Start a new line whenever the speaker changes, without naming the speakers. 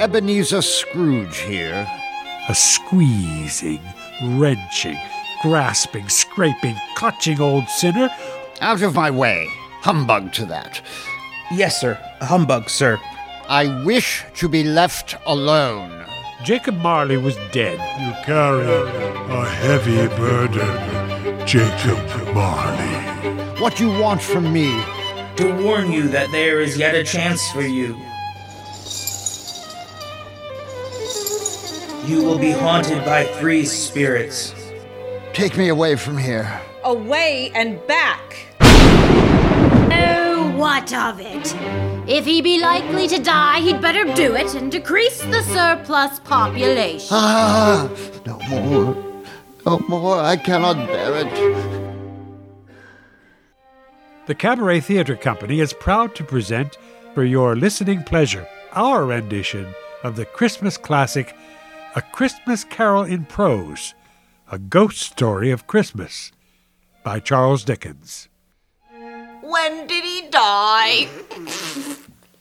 Ebenezer Scrooge here.
A squeezing, wrenching, grasping, scraping, clutching old sinner.
Out of my way. Humbug to that.
Yes, sir. A humbug, sir.
I wish to be left alone.
Jacob Marley was dead.
You carry a heavy burden, Jacob Marley.
What you want from me?
to warn you that there is yet a chance for you. You will be haunted by three spirits.
Take me away from here.
Away and back.
Oh, what of it? If he be likely to die, he'd better do it and decrease the surplus population.
Ah, no more. No more. I cannot bear it.
The Cabaret Theatre Company is proud to present, for your listening pleasure, our rendition of the Christmas classic, A Christmas Carol in Prose, A Ghost Story of Christmas, by Charles Dickens.
When did he die?